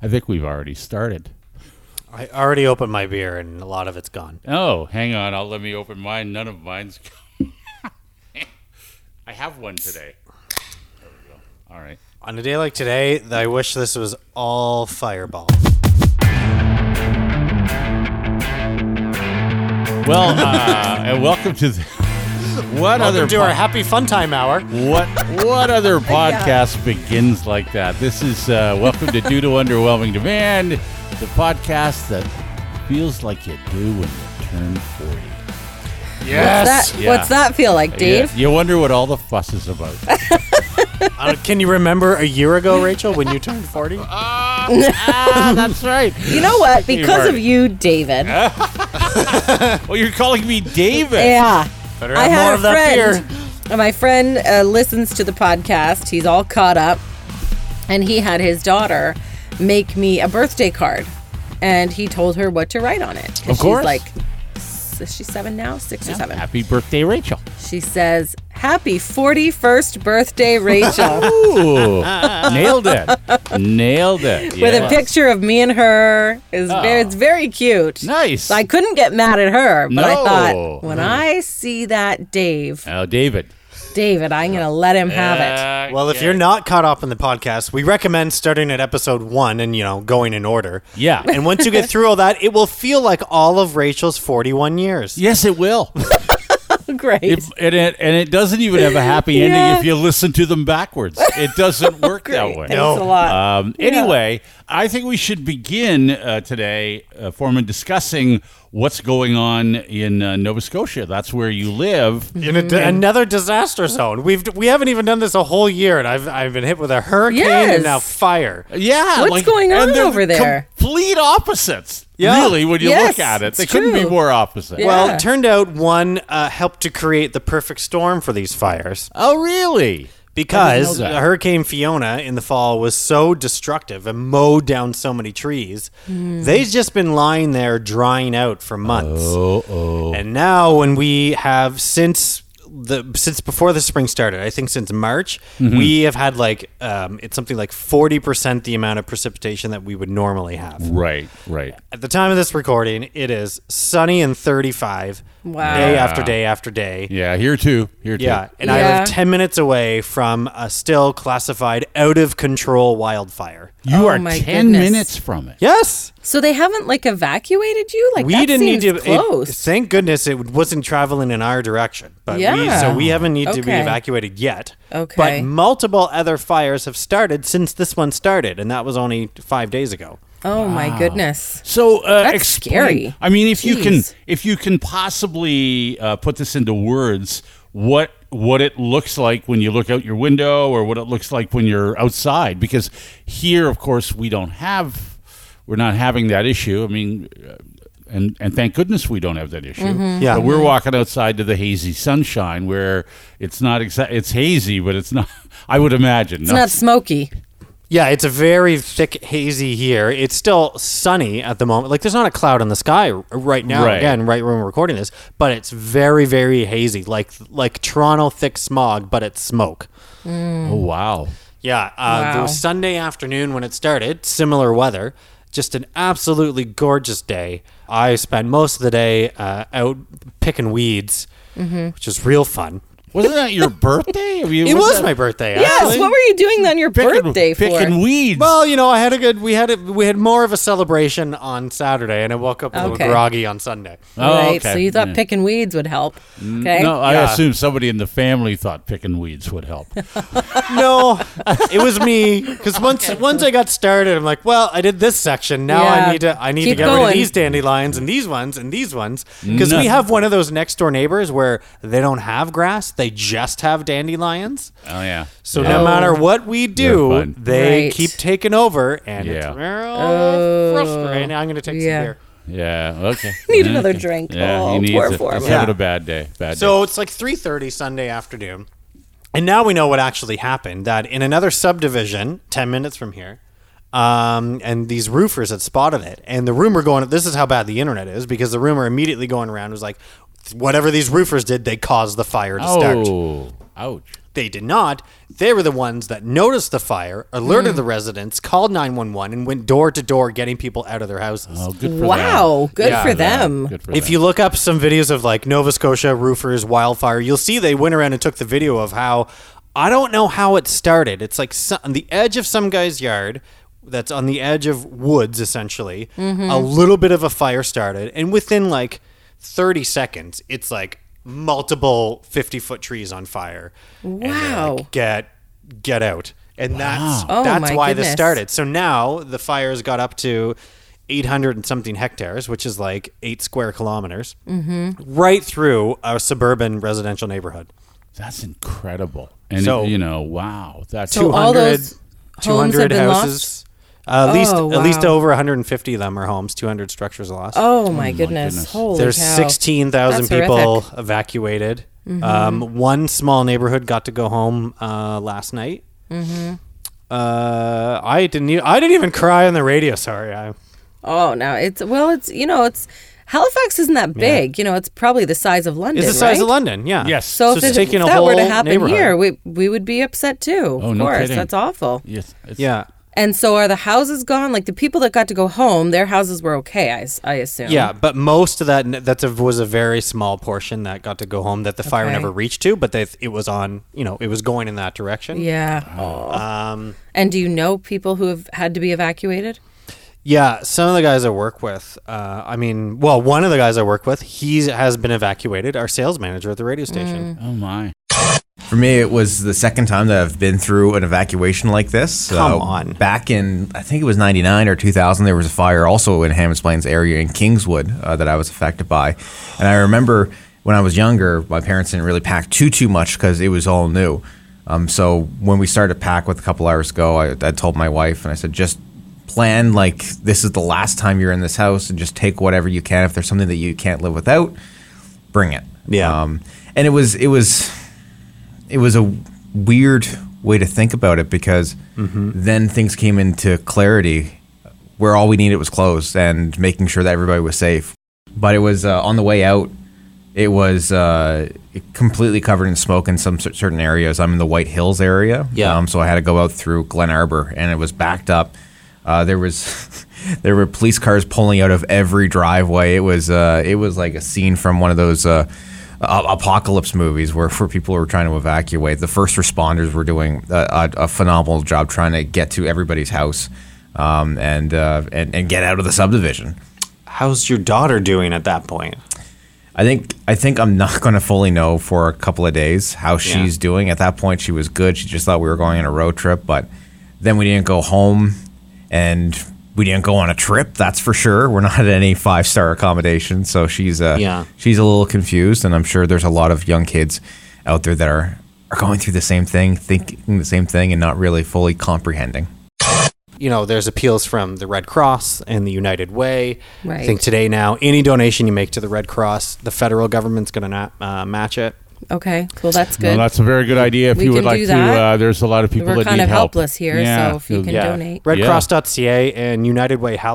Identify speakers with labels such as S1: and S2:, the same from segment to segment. S1: I think we've already started.
S2: I already opened my beer and a lot of it's gone.
S1: Oh, hang on. I'll let me open mine. None of mine's. I have one today. There we go. All right.
S2: On a day like today, th- I wish this was all fireball.
S1: Well, uh, and welcome to the, what other
S2: Welcome to our
S1: po-
S2: happy fun time hour.
S1: what what other podcast begins like that? This is uh, welcome to due to underwhelming demand, the podcast that feels like you do when you turn forty.
S2: Yes.
S1: Yeah.
S3: What's that feel like, Dave?
S1: Yeah, you wonder what all the fuss is about.
S2: Uh, can you remember a year ago, Rachel, when you turned 40?
S1: ah, that's right.
S3: You know what? Because of
S1: Marty.
S3: you, David. Yeah.
S1: Well, Oh, you're calling me David.
S2: Better
S3: I
S2: have
S3: had
S2: more
S3: a
S2: of that
S3: friend.
S2: beer.
S3: and My friend uh, listens to the podcast. He's all caught up. And he had his daughter make me a birthday card. And he told her what to write on it. 'Cause
S1: Of course.
S3: She's like, s- is she seven now? Six or seven?
S1: Happy birthday, Rachel.
S3: She says, Happy 41st birthday, Rachel.
S1: Ooh, nailed it. Nailed it.
S3: With a
S1: Yeah.
S3: picture of me and her. It's,
S1: Oh.
S3: very, it's very cute.
S1: Nice.
S3: So I couldn't get mad at her, but I
S1: No. Mm.
S3: thought when I see that Dave,
S1: Oh, David. Uh,
S3: David, I'm gonna let him have it.
S2: Well, if you're not caught up in the podcast, we recommend starting at episode one and, you know, going in order.
S1: Yeah.
S2: And once you get through all that, it will feel like all of Rachel's 41 years.
S1: Yes, it will.
S3: Great.
S1: It, and, it, and it doesn't even have a happy ending
S3: Yeah.
S1: if you listen to them backwards. It doesn't work that way.
S3: Thanks a lot.
S1: Um, anyway, I think we should begin uh, today, uh, Foreman, discussing what's going on in uh, Nova Scotia. That's where you live.
S3: Mm-hmm.
S2: In a di- another disaster zone. We've we haven't even done this a whole year, and I've I've been hit with a hurricane and
S3: Yes.
S2: now fire.
S1: Yeah.
S3: What's going
S1: and
S3: on
S1: they're
S3: over there?
S1: Complete opposites.
S2: Yeah.
S1: Really, when you
S3: Yes,
S1: look at it,
S3: it's
S1: they couldn't be
S3: true.
S1: more opposite.
S3: Yeah.
S2: Well, it turned out one uh, helped to create the perfect storm for these fires
S1: Oh, really?
S2: because
S1: know that.
S2: Hurricane Fiona in the fall was so destructive and mowed down so many trees. They've just been lying there drying out for months.
S1: Oh, oh.
S2: And now when we have since the since before the spring started, I think since March, we have had like um, it's something like 40% the amount of precipitation that we would normally have.
S1: Right, right.
S2: At the time of this recording, it is sunny and 35
S3: Wow.
S2: day
S1: Yeah.
S2: after day after day.
S1: Yeah, here too. Here too.
S2: Yeah, and I
S3: Yeah.
S2: live 10 minutes away from a still classified out of control wildfire.
S1: You
S3: Oh
S1: are
S3: my
S1: 10
S3: goodness.
S1: minutes from it.
S2: Yes.
S3: so they haven't like evacuated you? Like
S2: we
S3: that
S2: didn't need to
S3: seems
S2: it-
S3: close.
S2: thank goodness it wasn't traveling in our direction. But we,
S3: Yeah.
S2: so we haven't need to be
S3: Okay.
S2: evacuated yet.
S3: Okay.
S2: But multiple other fires have started since this one started, and that was only 5 days ago.
S3: oh my goodness.
S1: So uh,
S3: That's
S1: explain-
S3: scary.
S1: I mean, if you can,
S3: Jeez.
S1: if you can possibly uh, put this into words, what what it looks like when you look out your window, or what it looks like when you're outside, because here, of course, we don't have, we're not having that issue. I mean. Uh, and, and thank goodness we don't have that issue.
S3: Mm-hmm.
S2: Yeah.
S1: But we're walking outside to the hazy sunshine where it's not exa- it's hazy, but it's not. I would imagine
S3: It's not smoky.
S2: Yeah, it's a very thick, hazy here. It's still sunny at the moment. Like, there's not a cloud in the sky r- right now.
S1: Right.
S2: Again, right when we're recording this, but it's very, very hazy. Like, like Toronto thick smog, but it's smoke.
S1: Oh wow!
S2: Yeah, uh, there was
S3: Wow.
S2: Sunday afternoon when it started. Similar weather, just an absolutely gorgeous day. I spent most of the day uh, out picking weeds, which is real fun.
S1: Wasn't that your birthday? I mean,
S2: It
S1: wasn't
S2: was
S1: that-
S2: my birthday.
S3: Yes.
S2: actually.
S3: What were you doing on your
S1: picking,
S3: birthday for?
S1: picking weeds.
S2: Well, you know, I had a good. We had a, we had more of a celebration on Saturday, and I woke up a little
S3: Okay.
S2: groggy on Sunday.
S1: Oh,
S3: right.
S1: okay.
S3: So you thought
S1: Yeah. Mm,
S3: picking weeds would help. Okay.
S1: No, uh, I
S2: Yeah.
S1: assume somebody in the family thought picking weeds would help. Oh,
S2: No, it was me because once once I got started, I'm like, well, I did this section. Now I
S3: Yeah.
S2: need to I need to
S3: Keep
S2: get rid of
S3: going.
S2: these dandelions and these ones and these ones because we
S1: No.
S2: have one of those next door neighbors where they don't have grass; they just have dandelions.
S1: oh yeah.
S2: So
S1: yeah.
S2: no matter what we
S1: They're
S2: do,
S1: fun.
S2: they
S3: Right. Oh.
S2: keep taking over, and
S1: Yeah.
S2: it's real frustrating. I'm going to take
S3: yeah.
S2: some beer.
S1: Yeah. Okay.
S3: Need
S1: Yeah,
S3: another
S1: okay.
S3: drink.
S1: Yeah,
S3: Oh,
S1: he needs
S3: poor
S1: it.
S3: Foreman.
S1: He's having
S2: Yeah.
S1: a bad day. Bad
S2: So it's like 3:30 Sunday afternoon. And now we know what actually happened that in another subdivision 10 minutes from here um, and these roofers had spotted it and the rumor going this is how bad the internet is because the rumor immediately going around was like whatever these roofers did they caused the fire to
S1: day.
S2: start.
S1: Oh, ouch.
S2: They did not. They were the ones that noticed the fire, alerted the residents, called 911, and went door to door getting people out of their houses.
S1: Oh, good for
S3: Wow,
S1: them.
S3: good
S2: Yeah,
S3: for
S2: yeah,
S3: them.
S1: Good for
S2: If
S1: them.
S2: you look up some videos of like Nova Scotia roofers, wildfire, you'll see they went around and took the video of how I don't know how it started. It's like so- on the edge of some guy's yard that's on the edge of woods, essentially. A little bit of a fire started, and within like 30 seconds, it's like multiple 50 foot trees on fire. And they're
S3: Wow.
S2: like, get get out. And that's
S3: Oh,
S2: that's
S3: my
S2: why this
S3: goodness.
S2: started. So now the fires got up to 800 and something hectares, which is like eight square kilometers, mm-hmm. right through a suburban residential neighborhood.
S1: That's incredible. And,
S2: So-
S1: you know, wow. That's
S3: So Oh, all those homes have
S2: 200
S3: been lost?
S2: houses. Uh, at least,
S3: Oh,
S2: at least
S3: wow.
S2: over 150 of them are homes. 200 structures lost.
S3: Oh my, goodness.
S1: goodness.
S3: Holy
S2: There's
S3: cow.
S2: 16,000
S3: That's
S2: people evacuated.
S3: Mm-hmm.
S2: Um, one small neighborhood got to go home uh, last night.
S3: Mm-hmm.
S2: Uh, I didn't. E- I didn't even cry on the radio. Sorry, I,
S3: Oh, no. It's, well, it's, you know, it's, Halifax isn't that big. You know, it's probably the size of London.
S2: it's the size
S3: right?
S2: of London. Yeah.
S1: Yes.
S3: So,
S2: So
S3: if,
S2: it's
S3: it-
S2: taking
S3: if
S2: a
S3: that were to
S2: whole
S3: happen
S2: neighborhood.
S3: here, we we would be upset too.
S1: Oh,
S3: of
S1: no
S3: course,
S1: kidding.
S3: that's awful.
S1: Yes. it's-
S2: Yeah.
S3: And so are the houses gone? Like the people that got to go home, their houses were okay. I, s- I assume.
S2: Yeah, but most of that that was a very small portion that got to go home that the fire
S3: Okay.
S2: never reached to, but they, it was on, you know, it was going in that direction.
S3: Yeah.
S2: Um,
S3: And do you know people who have had to be evacuated?
S2: Yeah, some of the guys I work with, uh, I mean, well, one of the guys I work with, he has been evacuated, our sales manager at the radio station.
S3: Mm.
S1: Oh, my.
S4: For me, it was the second time that I've been through an evacuation like this. Uh,
S2: Come on.
S4: Back in, I think it was 99 or 2000, there was a fire also in Hammonds Plains area in Kingswood uh, that I was affected by. And I remember when I was younger, my parents didn't really pack too, too much because it was all new. Um, so when we started to pack with a couple hours ago, I, I told my wife and I said, just plan like this is the last time you're in this house and just take whatever you can. If there's something that you can't live without, bring it.
S2: Yeah.
S4: Um, and it was, it was, it was a weird way to think about it because then things came into clarity where all we needed was clothes and making sure that everybody was safe. But it was uh, on the way out. It was uh, completely covered in smoke in some cer- certain areas. I'm in the White Hills area,
S2: Yeah.
S4: Um, so I had to go out through Glen Arbor, and it was backed up. Uh, there was there were police cars pulling out of every driveway. It was uh, it was like a scene from one of those uh, a- apocalypse movies where, where people were trying to evacuate. The first responders were doing a, a, a phenomenal job trying to get to everybody's house um, and, uh, and and get out of the subdivision.
S2: How's your daughter doing at that point?
S4: I think I think I'm not going to fully know for a couple of days how she's doing. At that point, she was good. She just thought we were going on a road trip, but then we didn't go home, and we didn't go on a trip. That's for sure. We're not at any five star accommodation, so she's uh,
S2: Yeah.
S4: she's a little confused, and I'm sure there's a lot of young kids out there that are are going through the same thing, thinking the same thing, and not really fully comprehending.
S2: You know, there's appeals from the Red Cross and the United Way. I
S3: Right.
S2: think today now, any donation you make to the Red Cross, the federal government's going to uh, match it.
S3: Okay. Well, that's good.
S1: Well, that's a very good idea. If
S3: We
S1: you would
S3: can
S1: like
S3: do
S1: to,
S3: that.
S1: uh, there's a lot of people
S3: We're
S1: that
S3: kind
S1: need
S3: of
S1: help.
S3: helpless here,
S1: Yeah,
S3: so if you can
S1: yeah.
S3: donate.
S1: Right. Yeah.
S2: Redcross.ca and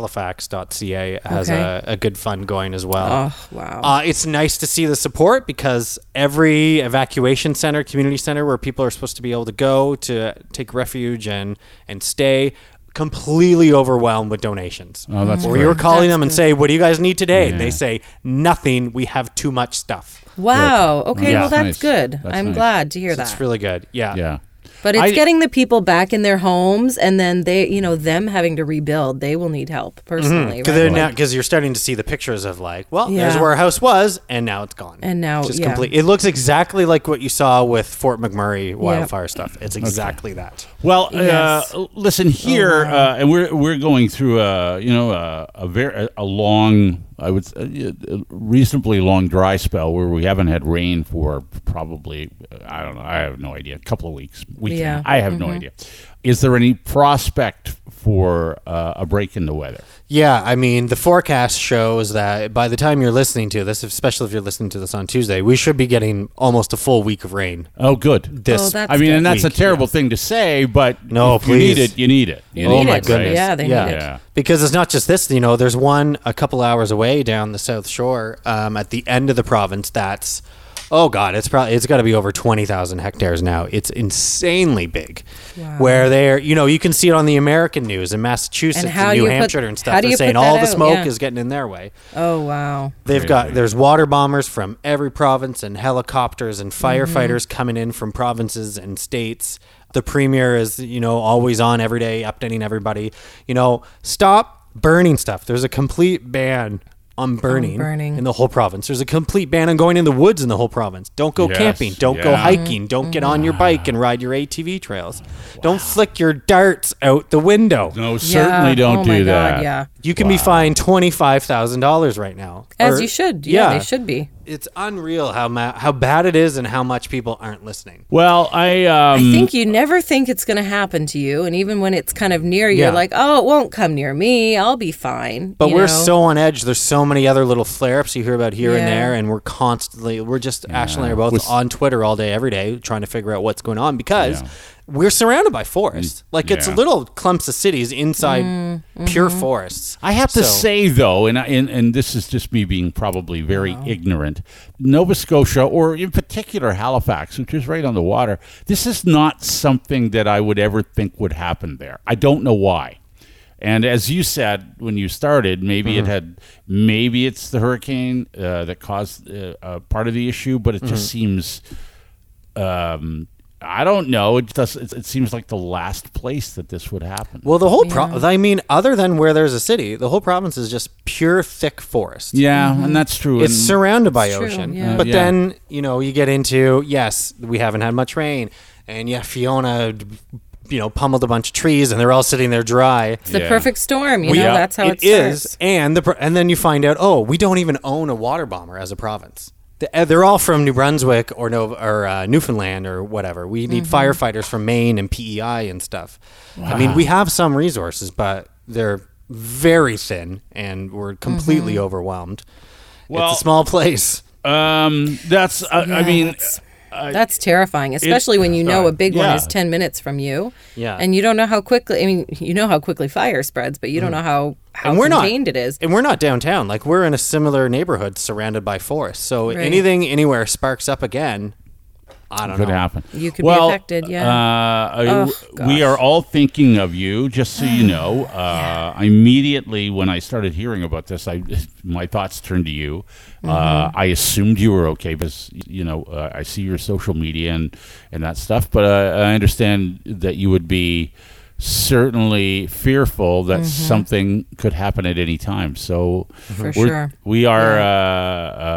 S2: UnitedWayHalifax.ca has
S3: Okay.
S2: a, a good fund going as well.
S3: Oh wow.
S2: Uh, it's nice to see the support because every evacuation center, community center where people are supposed to be able to go to take refuge and and stay, completely overwhelmed with donations.
S1: Oh, that's
S2: Where
S1: great.
S2: you're calling them and
S3: That's
S2: say, "What do you guys need today?" And
S1: Yeah.
S2: they say, "Nothing. We have too much stuff."
S3: wow. Okay.
S1: Yeah.
S3: Well,
S1: Nice.
S3: that's good.
S1: That's
S3: I'm
S1: nice.
S3: glad to hear
S2: That's
S3: that.
S2: really good. Yeah.
S1: Yeah.
S3: but it's
S1: I-
S3: getting the people back in their homes, and then they, you know, them having to rebuild. They will need help personally.
S1: Mm-hmm.
S2: Because
S3: right?
S2: you're starting to see the pictures of like, well, there's
S3: Yeah.
S2: where our house was, and now it's gone.
S3: And now-
S2: just
S3: yeah.
S2: complete. It looks exactly like what you saw with Fort McMurray wildfire stuff. It's exactly that.
S1: Well,
S3: Yes. Oh,
S1: uh, listen here, uh, and we're we're going through a you know a, a very a long, I would s- a a reasonably long dry spell where we haven't had rain for probably I don't know, I have no idea, a couple of weeks. Weekend.
S3: Yeah. Mm-hmm.
S1: I have no idea. Is there any prospect for uh, a break in the weather?
S2: Yeah, I mean, the forecast shows that by the time you're listening to this, especially if you're listening to this on Tuesday, we should be getting almost a full week of rain.
S1: Oh, good.
S2: This,
S3: Oh, that's
S1: I mean, and
S3: good.
S1: that's a terrible thing to say, but
S2: No,
S1: if you need
S2: please.
S1: it, you need it. You
S3: Oh,
S1: need
S3: my
S1: it,
S3: goodness. Yeah, they need
S2: yeah.
S3: it.
S1: Yeah.
S2: Because it's not just this, you know, there's one a couple hours away down the South Shore um, at the end of the province that's Oh God, it's probably it's got to be over twenty thousand hectares now. It's insanely big. Where they're, you know, you can see it on the American news in Massachusetts
S3: And
S2: and,
S3: how do
S2: New
S3: you put-
S2: Hampshire and
S3: how
S2: stuff.
S3: do
S2: They're
S3: you
S2: saying
S3: put
S2: all
S3: that
S2: the
S3: out?
S2: smoke
S3: Yeah.
S2: is getting in their way.
S3: Oh wow.
S2: They've got there's water bombers from every province and helicopters and firefighters
S3: Mm-hmm.
S2: coming in from provinces and states. The premier is, you know, always on every day updating everybody. You know, stop burning stuff. There's a complete ban on burning,
S3: burning.
S2: in the whole province. There's a complete ban on going in the woods in the whole province. Don't go
S1: Yes,
S2: camping, don't go
S1: yeah.
S2: hiking, don't get on your bike and ride your ATV trails. Don't flick your darts out the window.
S1: No, certainly
S3: Yeah.
S1: don't
S3: Oh,
S1: do
S3: my God,
S1: that.
S3: yeah.
S2: You can be fined $25,000 right now.
S3: As
S2: Or-
S3: you should. Yeah, they should be.
S2: it's unreal how ma- how bad it is and how much people aren't listening.
S1: Well, I um,
S3: I think you never think it's going to happen to you, and even when it's kind of near, you're
S2: Yeah.
S3: like, "Oh, it won't come near me. I'll be fine."
S2: But
S3: you
S2: we're
S3: know?
S2: so on edge. There's so many other little flare ups you hear about here and
S3: Yeah.
S2: there, and we're constantly we're just Ash and I are both on Twitter all day, every day, trying to figure out what's going on because we're surrounded by forests. Like it's
S1: yeah.
S2: little clumps of cities inside
S3: Mm,
S2: pure
S3: mm-hmm.
S2: forests.
S1: I have to
S2: So-
S1: say though, and, I- and and this is just me being probably very ignorant. Nova Scotia, or in particular Halifax, which is right on the water, this is not something that I would ever think would happen there. I don't know why. And as you said when you started, maybe
S2: Mm-hmm.
S1: it had, maybe it's the hurricane uh, that caused uh, uh, part of the issue, but it just
S2: Mm-hmm.
S1: seems um, I don't know. It does. It, it seems like the last place that this would happen.
S2: Well, the whole pro I mean, other than where there's a city, the whole province is just pure thick forest.
S1: yeah, and that's true.
S2: mm-hmm. It's
S1: and-
S2: surrounded by
S3: true,
S2: ocean.
S3: yeah. Uh,
S2: But
S1: yeah.
S2: then, you know, you get into, yes, we haven't had much rain. And yeah, Fiona, you know, pummeled a bunch of trees and they're all sitting there dry.
S3: it's the
S1: Yeah.
S3: perfect storm. You
S2: We-
S3: know, that's how it, starts.
S2: is. And, the, pr- and then you find out, oh, we don't even own a water bomber as a province. The- uh, They're all from New Brunswick or Nova, or uh, Newfoundland or whatever. We need
S3: Mm-hmm.
S2: firefighters from Maine and PEI and stuff. I mean, we have some resources, but they're very thin, and we're completely
S3: Mm-hmm.
S2: overwhelmed.
S1: Well-
S2: it's a small place.
S1: Um, that's. I, I
S3: Yeah,
S1: mean,
S3: that's, that's terrifying, especially when you know a big one
S1: yeah.
S3: is ten minutes from you.
S2: Yeah.
S3: and you don't know how quickly. I mean, you know how quickly fire spreads, but you
S1: Mm.
S3: don't know how how
S2: and we're not
S3: contained it is.
S2: and we're not downtown like we're in a similar neighborhood surrounded by forests so
S3: Right.
S2: anything anywhere sparks up again i don't
S1: could
S2: know
S1: happen.
S3: You could be
S1: well,
S3: affected, yeah.
S1: Uh, I-
S3: Ugh,
S1: we
S3: gosh.
S1: are all thinking of you, just so you know. Uh, Immediately when I started hearing about this, I my thoughts turned to you. Uh,
S3: Mm-hmm.
S1: I assumed you were okay because you know uh, I see your social media and and that stuff, but uh, I understand that you would be certainly fearful that something could happen at any time. So
S3: Mm-hmm. For
S1: we're-
S3: sure.
S1: we are uh,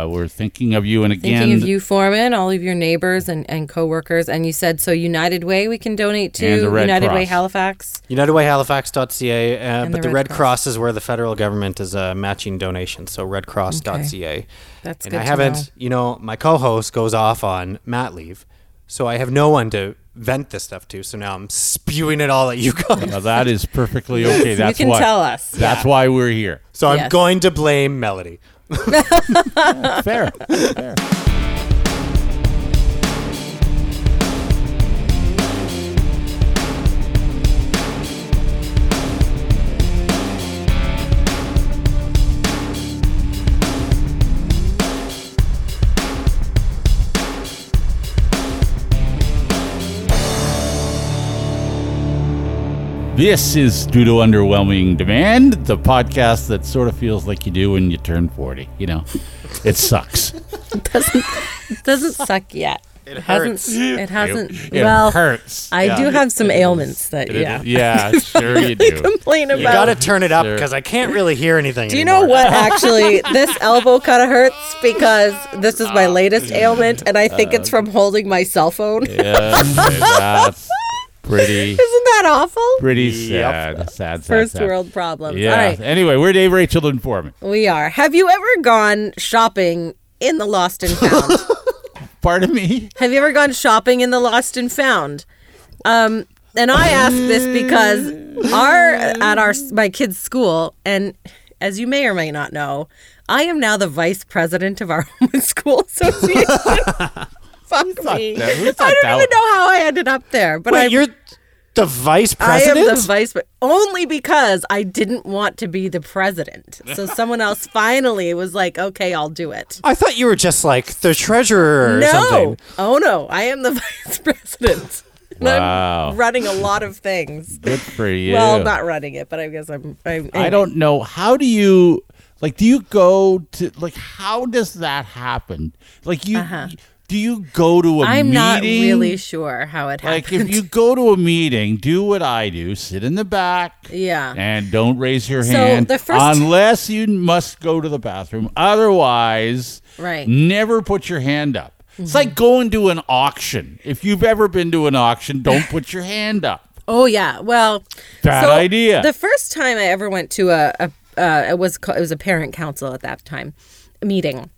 S1: uh, we're thinking of you, and again,
S3: Thinking of you, Foreman, all of your neighbors and, and coworkers, and you said so. United Way, we can donate to
S1: And the Red
S3: United Way
S1: Cross.
S3: Halifax.
S2: unitedwayhalifax.ca uh, but the,
S3: the Red
S2: red,
S3: Cross.
S2: cross. is where the federal government is uh, matching donations so redcross.ca
S3: That's
S2: and
S3: good
S2: i
S3: to
S2: haven't
S3: know.
S2: you know my co-host goes off on mat leave so i have no one to vent this stuff to so now i'm spewing it all at you guys
S1: Now that is perfectly okay. That's
S3: can
S1: why,
S3: tell us.
S1: That's why we're here.
S2: so i'm
S3: Yes.
S2: going to blame melody
S1: Fair. This is due to underwhelming demand, the podcast that sort of feels like you do when you turn 40. You know, it sucks.
S3: Doesn't suck yet. It
S2: hurts.
S3: Hasn't, it hasn't.
S1: It
S3: well,
S1: hurts.
S3: I do have some ailments that
S1: It-
S3: yeah,
S1: yeah, sure you do.
S3: complain about.
S2: you gotta turn it up
S1: Sure.
S2: because i can't really hear anything
S3: Do you know what? Actually, this elbow kind of hurts because this is
S1: Ah.
S3: my latest ailment, and I think it's from holding my cell phone.
S1: Um, Yeah, okay, that's pretty,
S3: Isn't that awful?
S1: pretty
S2: Yep.
S1: sad. Sad, sad,
S3: First
S1: sad.
S3: world problems.
S1: Yeah.
S3: All right.
S1: Anyway, we're Dave Rachel and Foreman.
S3: We are. Have you ever gone shopping in the lost and found?
S1: Pardon me.
S3: Have you ever gone shopping in the lost and found? Um, and I ask this because our at our my kids' school, and as you may or may not know, I am now the vice president of our homeless school association. Fuck me!
S1: that? Who
S3: I
S1: thought
S3: don't
S1: that
S3: even
S1: was-
S3: know how I ended up there, but
S2: Wait,
S3: I
S2: you're the vice
S3: I
S2: president?
S3: am the vice, but only because I didn't want to be the president. So someone else finally was like, "Okay, I'll do it."
S2: I thought you were just like the treasurer or
S3: no,
S2: something.
S3: oh no, I am the vice president. And
S1: Wow.
S3: I'm running a lot of things.
S1: Good for you.
S3: Well, not running it, but I guess I'm. I'm
S1: I don't know. How do you like? Do you go to like? How does that happen? Like you, do you go to a
S3: Uh-huh. I'm
S1: meeting?
S3: not really sure how it happened.
S1: Like if you go to a meeting, do what I do: sit in the back,
S3: Yeah.
S1: and don't raise your
S3: So,
S1: hand
S3: the first-
S1: unless you must go to the bathroom. Otherwise,
S3: Right. Mm-hmm.
S1: never put your hand up. It's like going to an auction. If you've ever been to an auction, don't put your hand up.
S3: Oh yeah. Well,
S1: Bad
S3: so
S1: idea.
S3: The first time I ever went to a, a uh, it was ca- it was a parent council at that time meeting.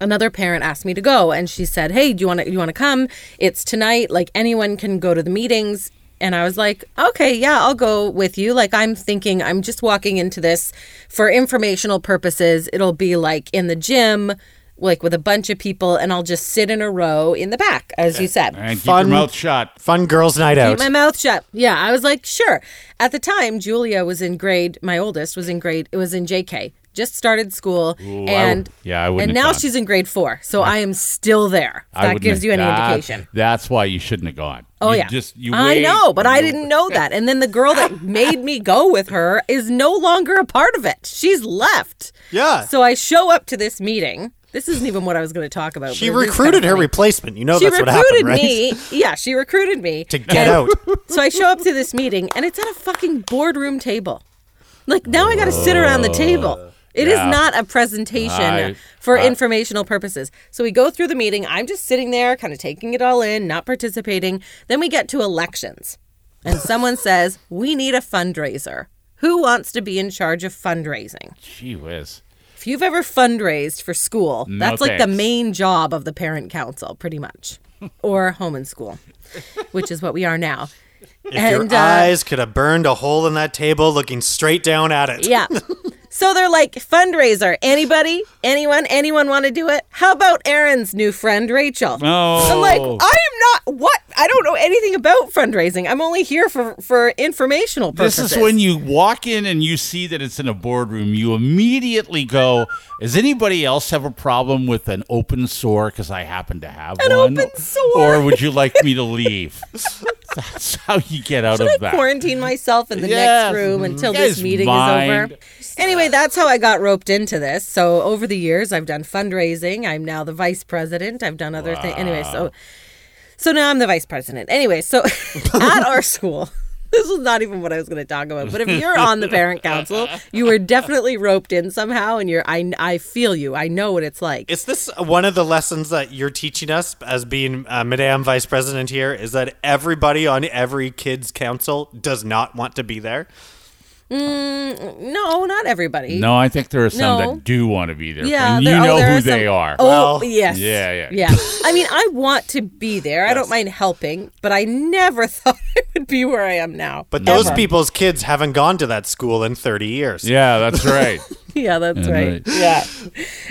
S3: Another parent asked me to go, and she said, "Hey, do you want to you want to come? It's tonight. Like anyone can go to the meetings." And I was like, "Okay, yeah, I'll go with you." Like I'm thinking, I'm just walking into this for informational purposes. It'll be like in the gym. Like with a bunch of people, and I'll just sit in a row in the back, as you said.
S1: And keep
S2: Fun-
S1: your mouth shut.
S2: Fun girls' night out.
S3: Keep my mouth shut. Yeah, I was like, sure. At the time, Julia was in grade. My oldest was in grade. It was in JK. Just started school,
S1: I
S3: and
S1: would- yeah, I wouldn't
S3: And
S1: have
S3: now
S1: gone.
S3: she's in grade four, so I am still there. If
S1: I
S3: that
S1: wouldn't
S3: gives
S1: have-
S3: you any
S1: that-
S3: indication.
S1: That's why you shouldn't have gone.
S3: Oh
S1: You
S3: yeah,
S1: Just you.
S3: I
S1: wait
S3: know, but
S1: and
S3: I
S1: you-
S3: didn't know that. And then the girl that made me go with her is no longer a part of it. She's left.
S2: Yeah.
S3: So I show up to this meeting. This isn't even what I was going to talk about.
S2: she
S3: but it is kinda
S2: recruited her
S3: funny
S2: replacement. You know
S3: she
S2: that's what
S3: recruited
S2: happened, right?
S3: me. Yeah, she recruited me
S2: To get out.
S3: So I show up to this meeting, and it's at a fucking boardroom table. Like now, I got to sit around the table. It is
S1: Yeah.
S3: not a presentation
S1: I-
S3: for informational purposes. So we go through the meeting. I'm just sitting there, kind of taking it all in, not participating. Then we get to elections, and someone says we need a fundraiser. Who wants to be in charge of fundraising?
S1: Gee whiz.
S3: If you've ever fundraised for school, that's like the
S1: thanks.
S3: main job of the parent council, pretty much, or home and school, which is what we are now. uh,
S2: If your eyes could have burned a hole in that table looking straight down at it.
S3: yeah. So they're like, fundraiser, anybody, anyone, anyone want to do it? How about Aaron's new friend, Rachel?
S1: No.
S3: I'm like, I am not, what? I don't know anything about fundraising. I'm only here for, for informational
S1: This
S3: purposes.
S1: is when you walk in and you see that it's in a boardroom. You immediately go, "Does anybody else have a problem with an open sore? Because I happen to have
S3: An
S1: one.
S3: open sore.
S1: Or would you like me to leave? That's how you get out
S3: Should
S1: of
S3: I
S1: that.
S3: quarantine myself in the
S1: Yes.
S3: next room until
S1: Yes,
S3: this meeting
S1: mind.
S3: is over? Anyway, that's how I got roped into this. So over the years, I've done fundraising. I'm now the vice president. I've done other things. Anyway, so so now I'm the vice president. Anyway, so at our school. This was not even what I was going to talk about, but if you're on the parent council, you were definitely roped in somehow, and you're. I, I feel you. I know what it's like.
S2: Is this one of the lessons that you're teaching us as being uh, Madame Vice President here? Is that everybody on every kid's council does not want to be there?
S3: no, not everybody.
S1: No, I think there are some
S3: No.
S1: that do want to be there.
S3: Yeah,
S1: and you
S3: there- oh,
S1: know
S3: there
S1: who
S3: are
S1: they
S3: some-
S1: are.
S3: Oh
S2: Well,
S3: yes,
S1: yeah, yeah.
S3: yeah. I mean, I want to be there. I don't mind helping, but I never thought I would be where I am now.
S2: But those people's kids haven't gone to that school in 30 years.
S1: Yeah, that's right.
S3: yeah, that's
S1: right.
S3: right. Yeah,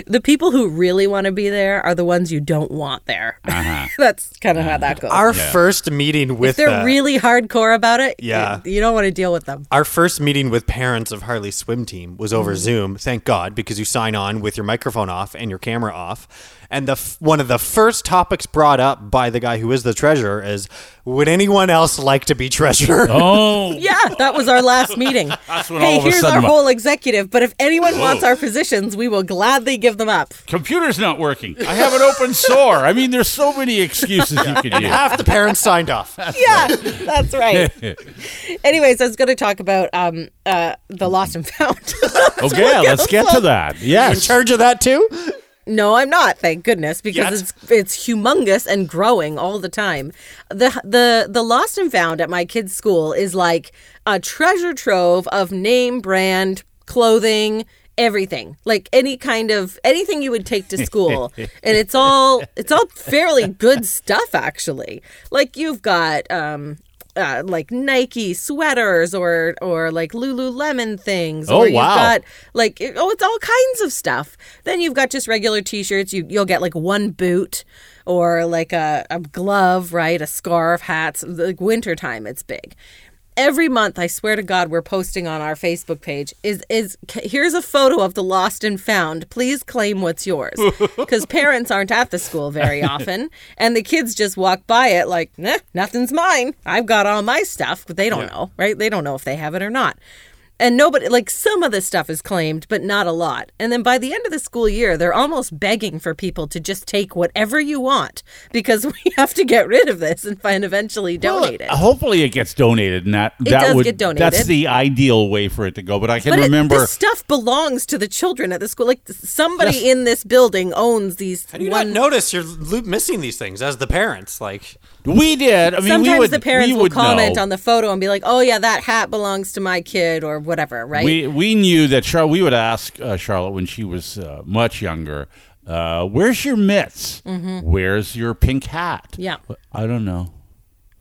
S3: the people who really want to be there are the ones you don't want there.
S1: Uh-huh.
S3: that's kind of how that goes.
S2: Uh-huh. Our first meeting with
S3: if they're
S2: the-
S3: really hardcore about it,
S2: Yeah.
S3: you, you don't want to deal with them.
S2: our first meeting with parents of Harley's swim team was over
S1: Mm-hmm.
S2: Zoom. Thank God, because you sign on with your microphone off and your camera off. And the f- one of the first topics brought up by the guy who is the treasurer is, "Would anyone else like to be treasurer?"
S1: oh,
S3: Yeah, that was our last meeting.
S1: when
S3: hey,
S1: all of a
S3: here's
S1: sudden
S3: our
S1: my-
S3: whole executive. But if anyone wants our positions, we will gladly give them up.
S1: computer's not working. I have an open sore. I mean, there's so many excuses you could use.
S2: Half the parents signed off.
S3: yeah, that's right. Anyways, I was going to talk about um, uh, the lost and found.
S1: Okay, let's get to that.
S2: In
S1: Yes.
S2: charge of that too?
S3: no, I'm not. Thank goodness, because it's it's humongous and growing all the time. the the The lost and found at my kids' school is like a treasure trove of name brand clothing. Everything, like any kind of anything you would take to school, and it's all it's all fairly good stuff actually. Like you've got um, uh, like Nike sweaters or or like Lululemon things.
S1: Oh,
S3: or you've
S1: wow.
S3: Got like it- oh, it's all kinds of stuff. Then you've got just regular T-shirts. You you'll get like one boot or like a, a glove, right? A scarf, hats. Like wintertime, it's big. Every month, I swear to God, we're posting on our Facebook page is is c- here's a photo of the lost and found. Please claim what's yours, because parents aren't at the school very often, and the kids just walk by it like, nah, nothing's mine. I've got all my stuff, but they don't know, right? They don't know if they have it or not. And nobody, like some of this stuff is claimed, but not a lot. And then by the end of the school year, they're almost begging for people to just take whatever you want because we have to get rid of this and find eventually donate it.
S1: Hopefully, it gets donated, and that that
S3: does
S1: would
S3: get donated.
S1: that's the ideal way for it to go. But I can
S3: But it-
S1: remember
S3: this stuff belongs to the children at the school. Like somebody in this building owns these.
S2: How do you
S3: one,
S2: not notice you're lo- missing these things as the parents? Like,
S1: we did. I mean,
S3: sometimes
S1: we would,
S3: the parents
S1: we
S3: will
S1: would
S3: comment
S1: know.
S3: on the photo and be like, "Oh yeah, that hat belongs to my kid" or whatever, right?
S1: We we knew that Char- We would ask uh, Charlotte when she was uh, much younger. Uh, where's your mitts? Where's your pink hat?
S3: Mm-hmm. Yeah.
S1: I don't know.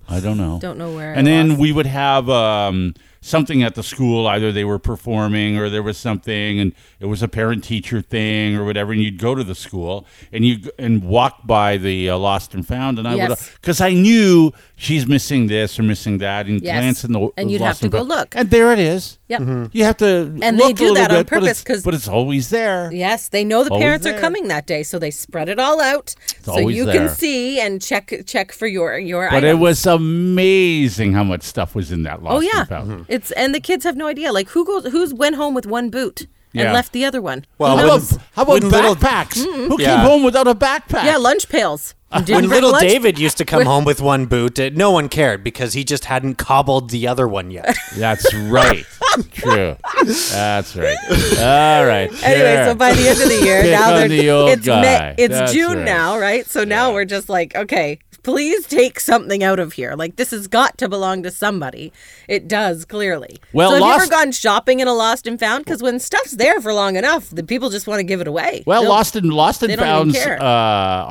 S1: I don't know.
S3: Don't know where I
S1: And then
S3: lost
S1: we would have um, something at the school. Either they were performing, or there was something, and it was a parent-teacher thing, or whatever. And you'd go to the school, and you and walk by the uh, lost and found, and I would
S3: Yes.
S1: because I knew she's missing this or missing that, and
S3: Yes.
S1: glance in the
S3: And you'd
S1: lost
S3: have to go
S1: found.
S3: look.
S1: and there it is. Mm-hmm.
S3: Yep.
S1: You have to
S3: And
S1: look
S3: they do
S1: a little
S3: that on
S1: bit, but it's-
S3: purpose 'cause-
S1: but it's always there.
S3: Yes, they know the
S1: Always
S3: parents
S1: there.
S3: are coming that day, so they spread it all out so
S1: always
S3: you
S1: there.
S3: can see and check check for your your.
S1: But it
S3: items.
S1: was amazing how much stuff was in that lost
S3: Oh yeah,
S1: and found.
S3: it's and the kids have no idea. Like who goes who's went home with one boot and
S1: Yeah.
S3: left the other one.
S2: Well,
S3: Who
S1: How
S3: knows?
S1: about, how about
S2: When little-
S1: backpacks? Who
S2: Yeah.
S1: came home without a backpack?
S3: Mm-hmm. yeah, lunch pails. Didn't
S2: when
S3: bring
S2: little
S3: lunch
S2: David used to come home with one boot, uh, no one cared because he just hadn't cobbled the other one yet.
S1: That's right. True. That's right. All right.
S3: Anyway,
S1: sure.
S3: so by the end of the year,
S1: Pick
S3: now
S1: on
S3: they're,
S1: the old
S3: it's
S1: guy.
S3: May- it's
S1: That's
S3: June
S1: right.
S3: now, right? So now we're just like, okay, please take something out of here. Like this has got to belong to somebody. It does clearly.
S1: Well,
S3: so have you
S1: Lost-
S3: ever gone shopping in a lost and found? Because when stuff's there for long enough, the people just want to give it away.
S1: well,
S3: They'll-
S1: lost and lost and
S3: they don't even
S1: founds
S3: care.
S1: uh,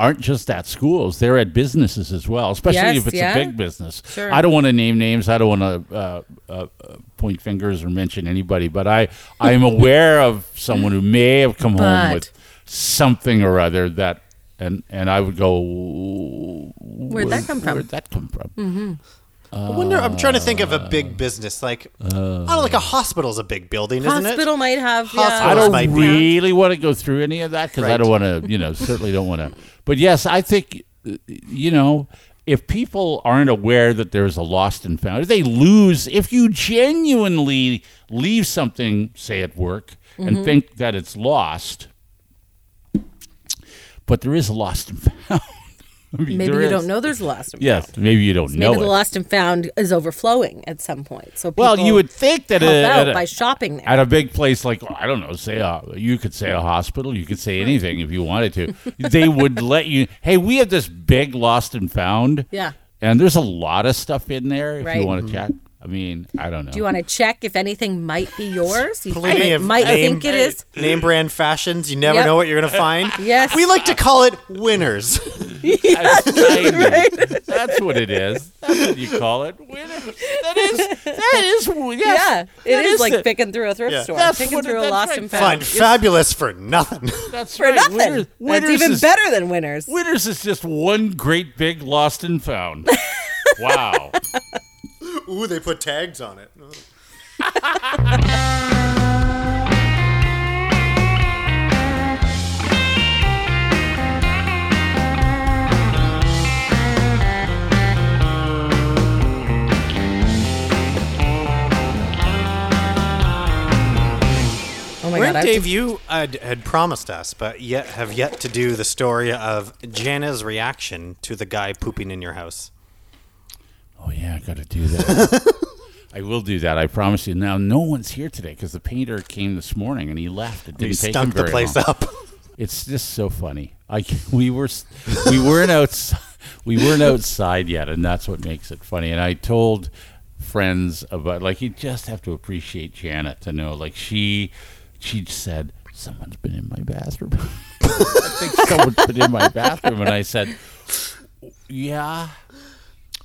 S1: aren't just at schools; they're at businesses as well, especially
S3: Yes,
S1: if it's
S3: yeah.
S1: a big business.
S3: Sure.
S1: I don't want to name names. I don't want to uh, uh, uh, point fingers or mention anybody, but I I am aware of someone who may have come home
S3: But-
S1: with something or other that, and and I would go,
S3: Where'd that come from?"
S1: Where'd that come from?
S2: I wonder. I'm trying to think of a big business like, I don't know, like a hospital's a big building, isn't it?
S3: hospital might have.
S2: Hospital
S1: I
S2: Those
S1: don't
S2: might be-
S1: really want to go through any of that because I
S2: Right.
S1: don't want to, you know, certainly don't want to. But yes, I think, uh, you know, if people aren't aware that there's a lost and found, if they lose, if you genuinely leave something, say at work, and
S3: Mm-hmm.
S1: think that it's lost, but there is a lost and found. I mean,
S3: Maybe
S1: there
S3: you
S1: is.
S3: don't know there's a lost. And
S1: Yes, maybe you don't know
S3: Maybe the
S1: it.
S3: lost and found is overflowing at some point. So
S1: well,
S3: people
S1: you would think that
S3: help
S1: a-
S3: out
S1: at a-
S3: by shopping there.
S1: at a big place like I don't know, say a, you could say a hospital, you could say anything if you wanted to. they would let you. Hey, we have this big lost and found.
S3: Yeah.
S1: and there's a lot of stuff in there if
S3: Right.
S1: you want to check. I mean, I don't know.
S3: Do you want to check if anything might be yours? You
S2: Plenty
S3: might,
S2: of
S3: might
S2: name-
S3: think it is.
S2: Name brand fashions. You never
S3: Yep.
S2: know what you're going to find.
S3: Yes.
S2: We like to call it winners.
S1: That's, That's what it is. That's what you call it. Winners. That is. That is.
S3: Yeah,
S1: Yes,
S3: it
S1: that
S3: is, like
S1: it.
S3: picking through a thrift
S2: Yeah.
S3: store,
S1: That's
S3: picking
S1: what it-
S3: through a
S1: that's
S3: lost
S1: right.
S3: and
S2: Find
S3: found.
S2: fabulous for nothing.
S1: That's
S3: For
S1: right.
S3: nothing.
S1: Winners,
S3: That's
S1: winners
S3: even
S1: is-
S3: better than winners.
S1: Winners is just one great big lost and found. wow.
S2: Ooh, they put tags on it.
S3: Oh Oh my
S2: Brent,
S3: god, I have
S2: Dave,
S3: to-
S2: you uh, d- had promised us, but yet have yet to do the story of Jana's reaction to the guy pooping in your house.
S1: Oh yeah, I got to do that. I will do that. I promise you. Now, no one's here today because the painter came this morning and he left. It didn't
S2: You
S1: take
S2: stunk
S1: him
S2: the
S1: very
S2: place
S1: long.
S2: up.
S1: It's just so funny. I we were s- we weren't out we weren't outside yet, and that's what makes it funny. And I told friends about like you just have to appreciate Janet to know like she she said someone's been in my bathroom. I think someone's been in my bathroom, and I said, yeah.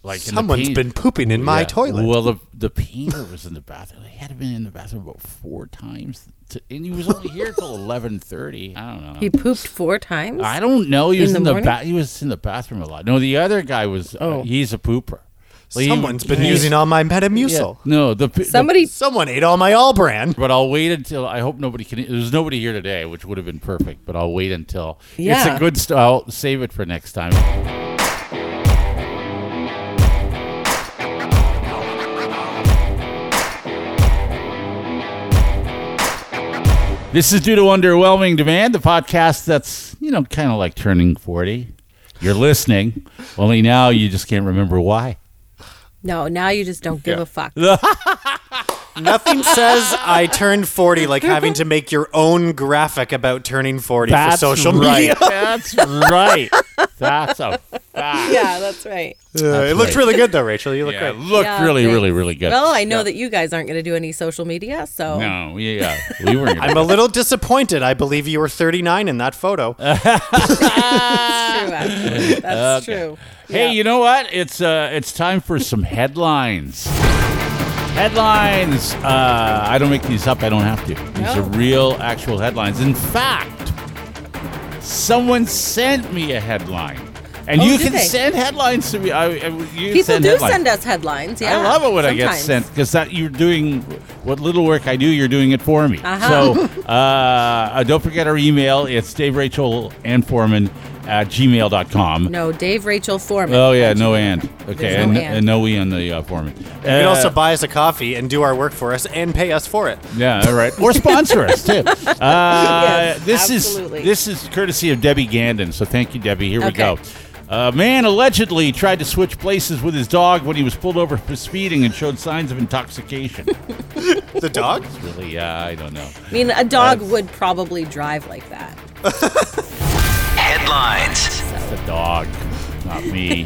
S1: Like and the
S2: Someone's
S1: pain-
S2: been pooping in my
S1: Yeah.
S2: toilet.
S1: Well, the the painter was in the bathroom. He had been in the bathroom about four times, to, and he was only here till eleven thirty. I don't know.
S3: He pooped four times.
S1: I don't know. He was
S3: the
S1: in the,
S3: morning?
S1: ba- he was in the bathroom a lot. No, the other guy was. Oh. he's a pooper. Like, he-
S2: Someone's been
S1: he's-
S2: using all my
S1: yeah.
S2: Metamucil.
S1: No, the p- the-
S3: Somebody
S2: Someone ate all my all brand.
S1: but I'll wait until I hope nobody can. There's nobody here today, which would have been perfect. But I'll wait until it's
S3: Yeah.
S1: a good. St- I'll save it for next time. This is due to underwhelming demand. The podcast that's you know kind of like turning forty. You're listening, only now you just can't remember why.
S3: No, now you just don't give a fuck.
S2: Nothing says I turned 40 like having to make your own graphic about turning 40 for social
S1: right.
S2: media.
S1: That's right. That's a fact.
S3: yeah, that's right.
S2: Uh, it looked really good though, Rachel. You look
S1: Yeah, it
S2: great.
S1: looked
S3: Yeah,
S1: really, really,
S3: thanks.
S1: really good.
S3: Well, I know that you guys aren't going to do any social media, so
S1: no, yeah, we were.
S2: I'm a little disappointed. I believe you were 39 in that photo.
S3: that's true. Actually. That's true.
S1: hey, you know what? It's uh, it's time for some headlines. Headlines. Uh, I don't make these up. I don't have to. These
S3: No.
S1: are real, actual headlines. In fact, someone sent me a headline, and
S3: Oh,
S1: you
S3: did
S1: can
S3: they?
S1: send headlines to me. I, I you
S3: People
S1: send
S3: do
S1: headlines.
S3: send us headlines. Yeah,
S1: I love it when I get
S3: sometimes.
S1: sent because that you're doing what little work I do, you're doing it for me.
S3: Uh-huh.
S1: So uh, uh, don't forget our email. It's Dave Rachel and Foreman at gmail.com.
S3: No, Dave Rachel Foreman.
S1: Oh yeah, no and okay,
S3: There's no
S1: and,
S3: and.
S1: and no e on the uh, Foreman. Uh,
S2: You can also buy us a coffee and do our work for us and pay us for it.
S1: yeah, all right, or sponsor us too. Uh,
S3: Yes,
S1: this
S3: absolutely.
S1: is this is courtesy of Debbie Gandon. So thank you, Debbie. Here we
S3: Okay.
S1: go. A man allegedly tried to switch places with his dog when he was pulled over for speeding and showed signs of intoxication.
S2: The dog?
S1: really, uh, I don't know.
S3: I mean, a dog would probably drive like that.
S5: Headlines.
S1: the dog, not me.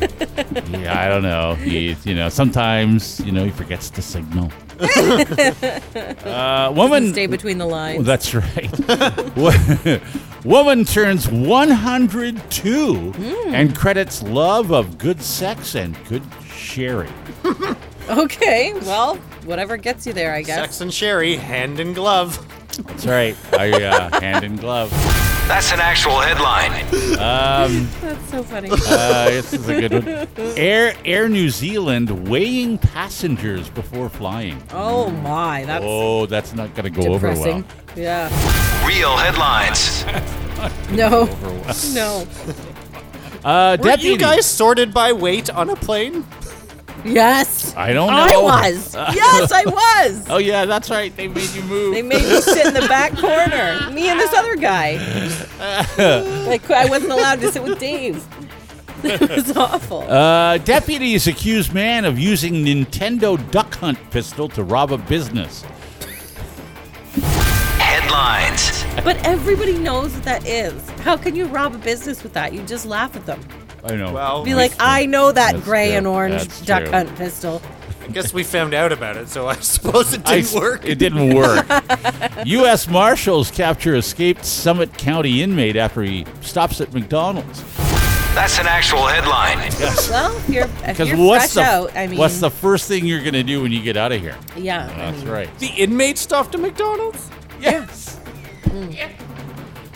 S1: yeah, I don't know. He, you know, sometimes you know he forgets to signal. uh, woman,
S3: Stay between the lines.
S1: Well, that's right. Wo- woman turns 102
S3: Hmm.
S1: and credits love of good sex and good sharing.
S3: okay, well, whatever gets you there, I guess.
S2: Sex and Sherry, hand in glove.
S1: That's right. I uh, hand in glove.
S5: That's an actual headline.
S3: That's so funny.
S1: Uh, this is a good one. Air Air New Zealand weighing passengers before flying.
S3: oh my, that's
S1: Oh, that's not going to go over well.
S3: depressing. Yeah.
S5: Real headlines.
S3: No. No.
S1: Uh,
S2: Were
S1: deputy.
S2: you guys sorted by weight on a plane?
S3: Yes.
S1: I don't know.
S3: I was. Yes, I was.
S1: Oh yeah, that's right. They made you move.
S3: They made me sit in the back corner. Me and this other guy. like I wasn't allowed to sit with Dave. It was awful.
S1: uh, deputies accuse man of using Nintendo Duck Hunt pistol to rob a business.
S5: Headlines.
S3: but everybody knows what that is. How can you rob a business with that? You just laugh at them.
S1: I know.
S2: Well,
S3: Be like, I know that
S1: That's
S3: gray
S1: true.
S3: and orange
S1: That's
S3: duck
S1: true.
S3: hunt pistol.
S2: I guess we found out about it, so I suppose it
S1: I
S2: didn't
S1: s-
S2: work.
S1: It didn't work. U.S. Marshals capture escaped Summit County inmate after he stops at McDonald's.
S5: That's an actual headline.
S3: Well, if you're, if
S1: Because
S3: you're
S1: what's
S3: fresh
S1: the
S3: out, I mean,
S1: what's the first thing you're gonna do when you get out of here?
S3: yeah. I
S1: That's
S3: mean-
S1: right.
S2: the inmate stuffed to McDonald's?
S1: Yes.
S3: I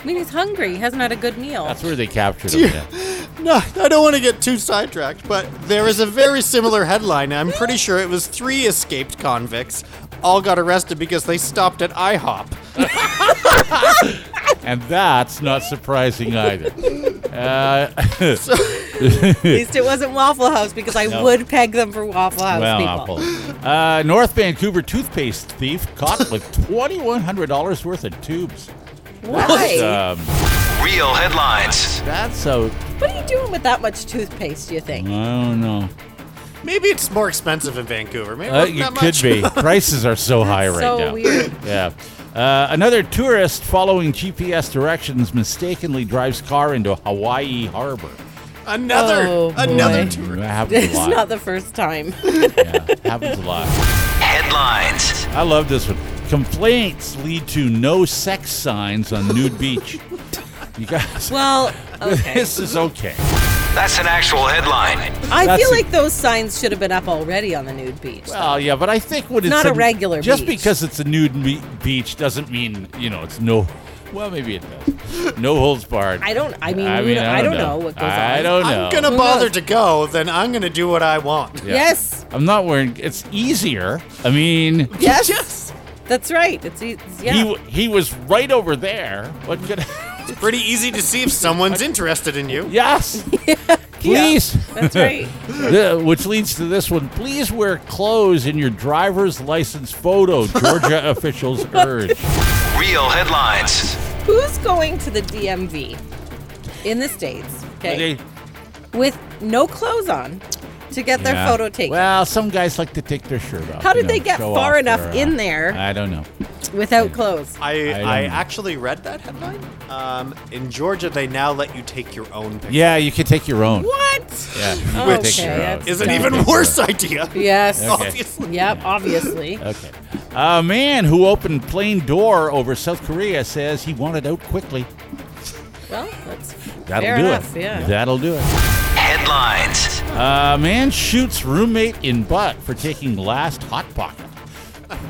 S3: mean, he's hungry. He hasn't had a good meal.
S1: Uh, That's where they captured him. yeah.
S2: No, I don't want to get too sidetracked, but there is a very similar headline. I'm pretty sure it was three escaped convicts all got arrested because they stopped at IHOP.
S1: And that's not surprising either. Uh,
S3: At least it wasn't Waffle House because I
S1: No.
S3: would peg them for Waffle House
S1: well,
S3: people.
S1: Apple. Uh, North Vancouver toothpaste thief caught with $2,100 worth of tubes.
S3: Why?
S1: Um,
S5: Real headlines.
S1: that's a.
S3: What are you doing with that much toothpaste, do you
S1: I
S3: think?
S1: don't know.
S2: Maybe it's more expensive in Vancouver. Maybe
S1: Uh,
S2: not
S1: it
S2: that
S1: could
S2: much.
S1: be. Prices are so high right
S3: so
S1: now.
S3: weird.
S1: Yeah. Uh, another tourist following GPS directions mistakenly drives car into Hawaii Harbor.
S2: Another,
S3: Oh,
S2: another.
S3: boy.
S2: T-
S1: That happens
S3: It's
S1: a lot.
S3: not the first time.
S1: yeah, happens a lot.
S5: Headlines.
S1: I love this one. Complaints lead to no sex signs on nude beach. You guys,
S3: Well, okay.
S1: this is okay.
S5: That's an actual headline.
S3: I
S1: That's
S3: feel
S1: a-
S3: like those signs should have been up already on the nude beach.
S1: Well, Uh, yeah, but I think when it's
S3: Not a regular
S1: just
S3: beach.
S1: because it's a nude me- beach doesn't mean you know it's no. Well, maybe it does. No holds barred.
S3: I don't- I mean, we don't- I don't know what goes on.
S1: I don't know.
S2: I'm gonna
S3: Who
S2: bother
S3: knows?
S2: to go. Then I'm gonna do what I want.
S1: Yeah.
S3: Yes.
S1: I'm not wearing. It's easier. I mean,
S3: Yes. That's right. It's, e- it's yeah.
S1: he w- he was right over there. What could?
S2: It's pretty easy to see if someone's interested in you.
S1: yes. Please.
S3: That's right.
S1: Yeah, Which leads to this one. Please wear clothes in your driver's license photo. Georgia officials urge.
S5: Real headlines.
S3: Who's going to the DMV in the states? Okay.
S1: They-
S3: With no clothes on to get their
S1: Yeah.
S3: photo taken.
S1: Well, some guys like to take their shirt off.
S3: How
S1: you
S3: did they
S1: know,
S3: get
S1: show
S3: far
S1: off
S3: enough
S1: their,
S3: in
S1: uh,
S3: there?
S1: I don't know.
S3: without clothes.
S1: I
S2: I, I,
S1: don't-
S2: actually read that headline. Um, in Georgia, they now let you take your own picture.
S1: Yeah, you can take your own.
S3: What?
S1: Yeah, you can
S2: Which
S1: take your own.
S3: that's
S2: is an
S3: dumb.
S2: even worse idea.
S3: Yes.
S2: Obviously.
S3: Yep. Obviously.
S1: Okay. A man who opened plane door over South Korea says he wanted out quickly.
S3: Well, that's
S1: That'll
S3: fair
S1: do
S3: enough.
S1: it.
S3: Yeah.
S1: That'll do it.
S5: Headlines.
S1: A man shoots roommate in butt for taking last hot pocket.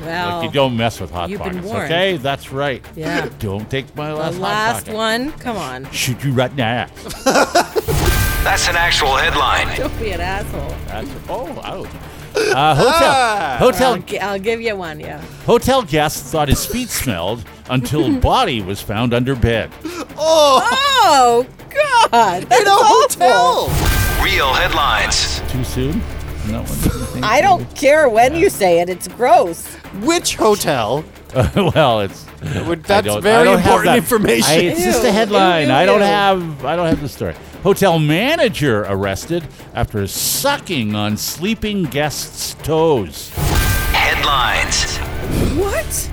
S3: well,
S1: Look, you don't mess with hot
S3: Oh. You've been
S1: pockets,
S3: warned.
S1: okay? That's right.
S3: Yeah.
S1: Don't take my
S3: the
S1: last hot
S3: last
S1: pocket.
S3: one. Come on.
S1: Shoot you right now.
S5: That's an actual headline.
S3: Don't be an asshole.
S1: That's, oh, ouch.
S2: Ah.
S1: Uh, hotel,
S3: I'll,
S1: hotel
S3: gi- I'll give you one. Yeah.
S1: Hotel guest thought his feet smelled until body was found under bed.
S3: Oh God. That's
S2: In a hotel.
S5: Real headlines.
S1: Too soon? No one.
S3: I don't care when you say it. It's gross.
S2: Which hotel?
S1: well, it's
S2: Would-
S1: I
S2: That's
S1: don't- I
S2: very
S1: don't have
S2: important
S1: that.
S2: information.
S1: I- it's just
S3: Ew,
S1: a headline.
S3: ew,
S1: I don't
S3: ew.
S1: have. I don't have the story. Hotel manager arrested after sucking on sleeping guests' toes.
S5: Headlines.
S3: What?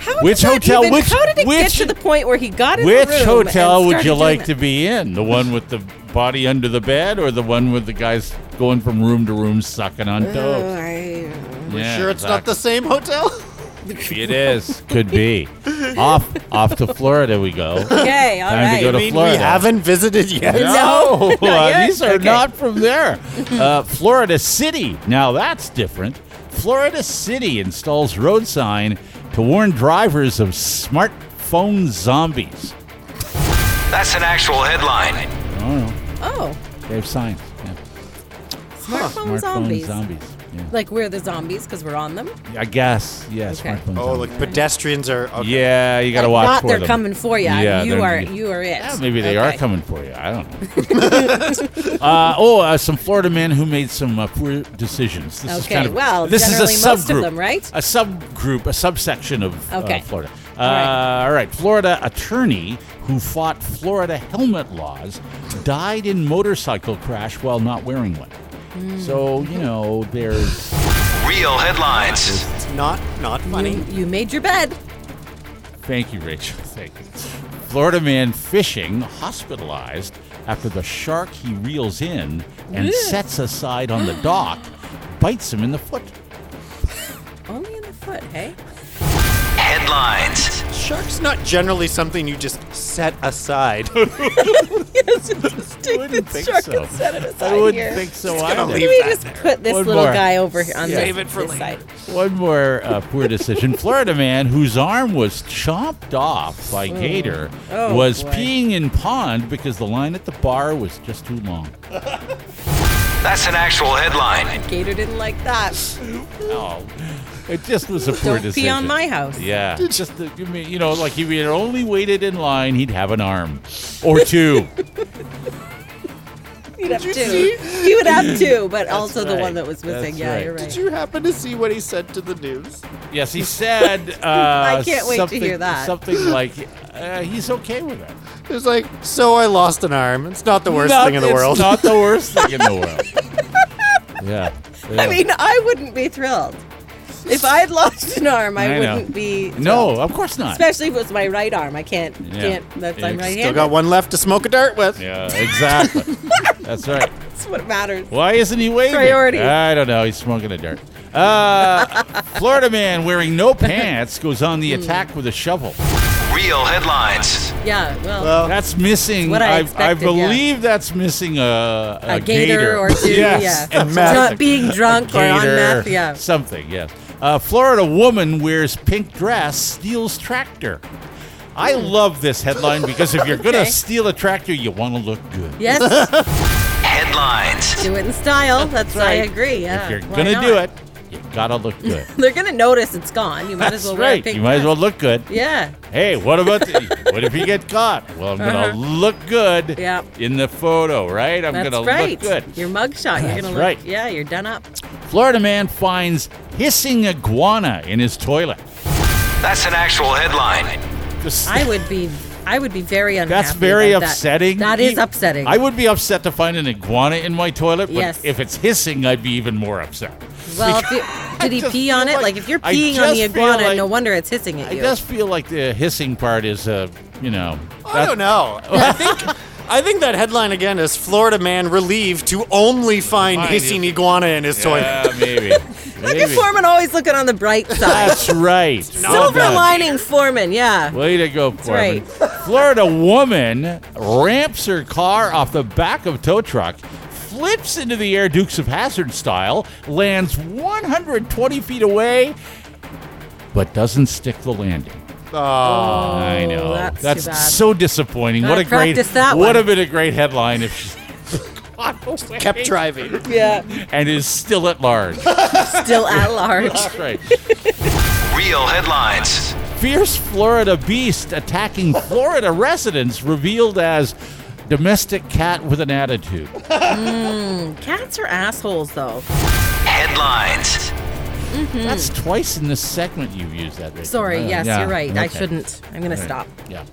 S3: How did
S1: Which
S3: that
S1: hotel-
S3: Even,
S1: which-
S3: how did it get
S1: which-
S3: to the point where he got in
S1: Which
S3: the room
S1: hotel
S3: and
S1: would you
S3: started
S1: like to
S3: doing
S1: be in? The one with the body under the bed, or the one with the guys going from room to room sucking on
S3: Uh,
S1: toes?
S3: that? I-
S1: Yeah,
S2: sure, it's not
S1: exactly.
S2: the same hotel.
S1: Maybe it is. Could be. off off to Florida we go.
S3: Okay. All
S1: Time to
S3: right.
S1: go to
S2: mean
S1: Florida.
S2: we haven't visited yet.
S1: No,
S3: not
S1: uh,
S3: yet?
S1: these are
S3: Okay.
S1: not from there. Uh, Florida City. Now that's different. Florida City installs road sign to warn drivers of smartphone zombies.
S5: That's an actual headline.
S3: oh,
S1: They have signs. Yeah.
S3: smartphone
S1: Smartphone
S3: zombies.
S1: zombies. Yeah.
S3: Like we're the zombies because we're on them.
S1: I guess. Yeah.
S3: Okay.
S1: Smartphone.
S2: Oh,
S1: zombies.
S2: like pedestrians are. Okay.
S1: Yeah, you gotta watch
S3: Not
S1: for
S3: they're
S1: them.
S3: coming for you.
S1: Yeah,
S3: you
S1: they're-
S3: are. You are it.
S1: Yeah, maybe they are
S3: Okay.
S1: coming for you. I don't know. uh, oh, uh, some Florida men who made some uh, poor decisions. This is
S3: Okay,
S1: kind of
S3: well,
S1: this is a
S3: generally most of
S1: subgroup,
S3: them, right?
S1: A subgroup, a subsection of uh,
S3: Okay.
S1: Florida. Uh, all,
S3: right.
S1: right. Florida attorney who fought Florida helmet laws died in motorcycle crash while not wearing one.
S3: Hmm.
S1: So you know, there's
S5: Real headlines.
S2: It's not not funny.
S3: You, you made your bed.
S1: Thank you, Rachel. Thank you. Florida man fishing hospitalized after the shark he reels in and
S3: Ugh.
S1: sets aside on the dock bites him in the foot.
S3: Only in the foot, hey?
S5: Headlines.
S2: Shark's not generally something you just set aside.
S3: yes, just take
S1: wouldn't
S3: this
S1: think
S3: shark
S1: so.
S3: and set it aside
S1: I wouldn't
S3: here.
S1: think so
S2: gonna
S1: either.
S2: leave-
S3: Maybe
S2: that
S3: just
S2: there.
S3: put this
S1: One
S3: little
S1: more.
S3: guy over here on
S2: Save
S3: this,
S2: it for
S3: this
S2: later.
S3: side.
S1: One more uh, poor decision. Florida man whose arm was chomped off by gator
S3: Oh,
S1: was
S3: boy.
S1: peeing in pond because the line at the bar was just too long.
S5: That's an actual headline.
S3: Gator didn't like that.
S1: Oh, it just was a poor
S3: Don't
S1: decision.
S3: pee on my house.
S1: Yeah, just the, you mean- you know, like if he had only waited in line, he'd have an arm or two.
S3: He'd have two. He would have two, but also the
S1: right.
S3: one that was missing.
S1: That's
S3: yeah,
S1: right.
S3: you're right.
S2: Did you happen to see what he said to the news?
S1: yes, he said. Uh,
S3: I can't wait to
S1: something-
S3: hear that.
S1: Something like uh, he's okay with it.
S2: It was like, so I lost an arm. It's not the worst
S1: Not-
S2: thing in the
S1: it's
S2: world.
S1: Not the worst thing in the world. Yeah. yeah.
S3: I mean, I wouldn't be thrilled. If I had lost an arm, I,
S1: I know.
S3: wouldn't be.
S1: no,
S3: thrilled.
S1: of course not.
S3: Especially if it was my right arm. I can't.
S1: Yeah.
S3: can't that's, I'm
S1: It's
S3: right
S2: Still
S3: handed.
S2: got one left to smoke a dart with.
S1: yeah, exactly. That's right.
S3: That's what matters.
S1: Why isn't he waving?
S3: Priorities.
S1: I don't know. He's smoking a dart.
S3: Hmm.
S1: Uh, Florida man wearing no pants goes on the attack with a shovel.
S5: Real Real headlines.
S3: Yeah, well,
S1: That's missing.
S3: what I
S1: I, I
S3: expected, yeah.
S1: believe that's missing a, a,
S3: a, gator, or two.
S1: yes.
S3: Yeah,
S1: And meth.
S3: Drunk- being drunk or on
S1: Gator,
S3: meth. Yeah,
S1: Something, yes. Uh, Florida woman wears pink dress, steals tractor. I love this headline because if you're going to
S3: Hmm. Okay.
S1: steal a tractor, you want to look good.
S3: yes,
S5: Headlines.
S3: do it in style. That's, I agree. Yeah,
S1: If you're
S3: why
S1: going to
S3: not?
S1: do it, you got to look good.
S3: they're gonna notice it's gone. You might
S1: That's
S3: as well wear a
S1: right.
S3: pink
S1: You might as
S3: dress.
S1: well look good.
S3: Yeah,
S1: Hey, what about the, what if you get caught? Well, I'm going to
S3: Uh-huh.
S1: look good
S3: Yeah.
S1: in the photo, right? I'm
S3: that's
S1: going to
S3: right.
S1: look good.
S3: Your mugshot. You're gonna look.
S1: right.
S3: Yeah, you're done up.
S1: Florida man finds hissing iguana in his toilet.
S5: That's an actual headline.
S1: Just-
S3: I would be. I would be very unhappy.
S1: That's very
S3: about that.
S1: upsetting.
S3: That is
S1: E-
S3: upsetting.
S1: I would be upset to find an iguana in my toilet, but
S3: Yes.
S1: if it's hissing, I'd be even more upset.
S3: well, if you, did he
S1: just
S3: pee on
S1: feel
S3: it? Like,
S1: like-
S3: if you're
S1: I
S3: peeing on
S1: just
S3: the
S1: feel
S3: iguana,
S1: like-
S3: no wonder it's hissing
S1: I
S3: at you.
S1: just feel like the hissing part is, uh, you know,
S2: I don't know. I think I think that headline again is Florida man relieved to only find
S1: Find
S2: hissing
S1: his-
S2: iguana in his toilet.
S1: Yeah, uh, maybe.
S3: Look at
S1: Maybe.
S3: Foreman always looking on the bright side.
S1: That's right. Well
S3: Silver
S1: done.
S3: lining Foreman, yeah.
S1: Way to go, Corbin.
S3: right.
S1: Florida woman ramps her car off the back of tow truck, flips into the air Dukes of Hazard style, lands 120 feet away, but doesn't stick the landing. Oh, I know.
S3: that's too bad.
S1: so disappointing. what
S3: Gotta
S1: a great
S3: practice that one.
S1: would have been a great headline if she got away
S2: Kept driving.
S3: Yeah.
S1: and is still at large.
S3: Still at large.
S1: That's right.
S5: Real headlines.
S1: Fierce Florida beast attacking Florida residents revealed as domestic cat with an attitude.
S3: Hmm. Cats are assholes, though.
S5: Headlines.
S1: That's twice in this segment you've used that. Rachel.
S3: Sorry,
S1: Uh,
S3: yes,
S1: yeah,
S3: you're right. I
S1: okay.
S3: shouldn't. I'm going to stop.
S1: Yeah.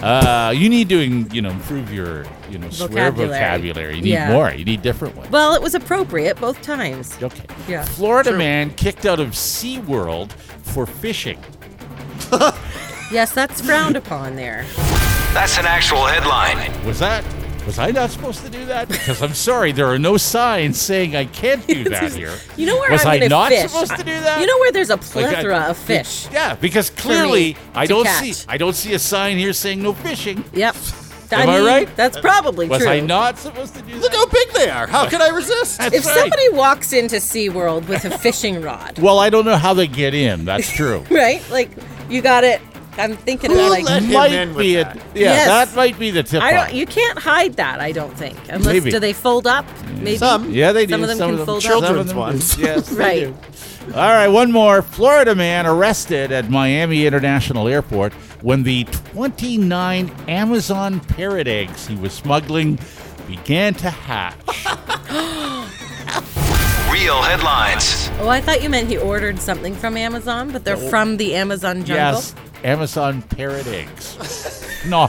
S1: Uh, you need to, you know, improve your, you know, swear
S3: Vocabulary.
S1: vocabulary. You need
S3: Yeah.
S1: more. You need different ones.
S3: Well, it was appropriate both times.
S1: Okay.
S3: Yeah.
S1: Florida man kicked out of SeaWorld for fishing.
S3: Yes, that's frowned upon there.
S5: That's an actual headline.
S1: Was that? Was I not supposed to do that? Because I'm sorry, there are no signs saying I can't do that here.
S3: You know where
S1: was
S3: I'm
S1: I
S3: gonna
S1: not
S3: fish?
S1: supposed to do that?
S3: You know where there's a
S1: Like, I-
S3: plethora of fish.
S1: Yeah, because clearly I
S3: to
S1: don't
S3: catch.
S1: see I don't see a sign here saying no fishing.
S3: Yep.
S1: Am I
S3: mean,
S1: right?
S3: That's probably
S1: Was
S3: true.
S1: I not supposed to do
S2: Look
S1: that?
S2: how big they are. How could I resist?
S1: That's
S3: If
S1: right.
S3: somebody walks into SeaWorld with a fishing rod,
S1: Well, I don't know how they get in. That's true.
S3: right? Like, you got it. I'm thinking
S2: Who
S3: about like
S2: let him in
S1: might
S2: with
S1: be a,
S2: that?
S1: yeah,
S3: Yes.
S1: that might be the tip
S3: I
S1: off.
S3: don't. You can't hide that. I don't think. Unless
S1: Maybe.
S3: do they fold up? Maybe.
S2: Some.
S1: Yeah, they
S3: Some
S1: do.
S3: of them
S1: some
S3: can
S1: of them
S3: fold up.
S1: some of
S2: Children's
S1: them-
S2: ones.
S1: Yes, they
S3: Right.
S1: do. All right, one more. Florida man arrested at Miami International Airport when the 29 Amazon parrot eggs he was smuggling began to hatch.
S5: Real headlines.
S3: Oh, I thought you meant he ordered something from Amazon, but they're from the Amazon jungle.
S1: Oh. yes, Amazon parrot eggs. no,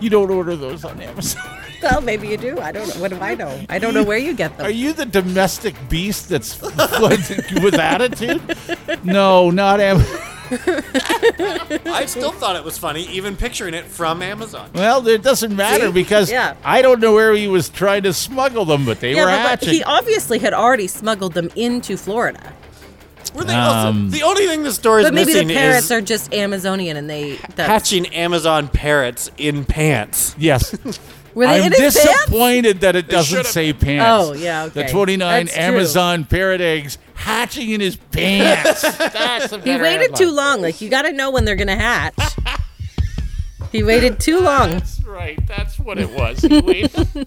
S1: you don't order those on Amazon.
S3: Well, maybe you do. I don't know. What do I know? I don't know where you get them.
S1: Are you the domestic beast that's with attitude? No, not Amazon.
S2: I still thought it was funny, even picturing it from Amazon.
S1: Well, it doesn't matter
S3: See?
S1: because
S3: Yeah.
S1: I don't know where he was trying to smuggle them, but they
S3: yeah,
S1: were
S3: but, but
S1: hatching.
S3: he obviously had already smuggled them into Florida.
S2: Were they also-
S1: Um,
S2: the only thing the story is
S3: But maybe the
S2: missing
S3: parrots
S2: is
S3: are just Amazonian, and they that's,
S2: hatching Amazon parrots in pants.
S1: yes.
S3: were they
S1: I'm
S3: in his pants?
S1: disappointed that it doesn't
S2: should've-
S1: say pants.
S3: Oh, yeah,
S1: The
S3: okay.
S1: 29
S3: That's true.
S1: Amazon parrot eggs hatching in his pants. That's a
S3: He
S1: better
S3: waited
S1: headline.
S3: too long. Like you got to know when they're gonna hatch. he waited too long.
S1: That's right. That's what it was. He waited.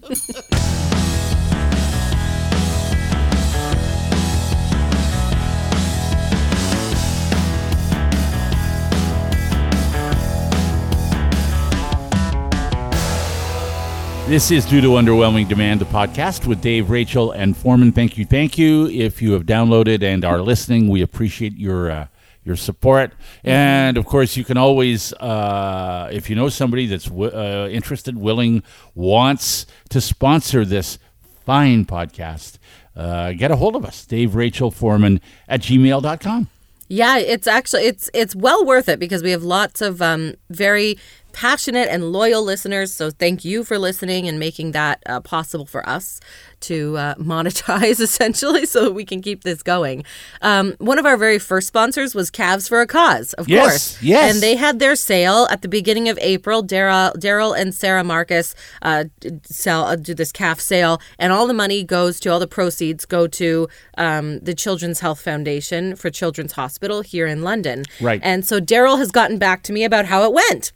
S1: This is due to underwhelming demand. The podcast with Dave, Rachel, and Foreman. Thank you, thank you. If you have downloaded and are listening, we appreciate your uh, your support. And of course, you can always, uh, if you know somebody that's w- uh, interested, willing, wants to sponsor this fine podcast, uh, get a hold of us, Dave, Rachel, Foreman at gmail.com.
S3: Yeah, it's actually it's it's well worth it because we have lots of um, very passionate and loyal listeners. So thank you for listening and making that uh, possible for us to uh, monetize essentially so that we can keep this going. Um, one of our very first sponsors was Calves for a Cause, of
S1: Yes,
S3: course.
S1: yes.
S3: And they had their sale at the beginning of April. Daryl Daryl and Sarah Marcus uh, d- sell uh, do this calf sale, and all the money goes to all the proceeds go to um, the Children's Health Foundation for Children's Hospital here in London.
S1: Right.
S3: And so Daryl has gotten back to me about how it went.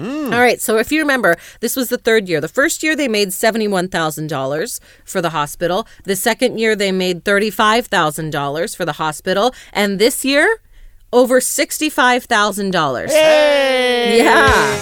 S3: All right. So if you remember, this was the third year. The first year they made seventy-one thousand dollars for the hospital. The second year they made thirty-five thousand dollars for the hospital, and this year, over sixty-five thousand dollars. Yeah,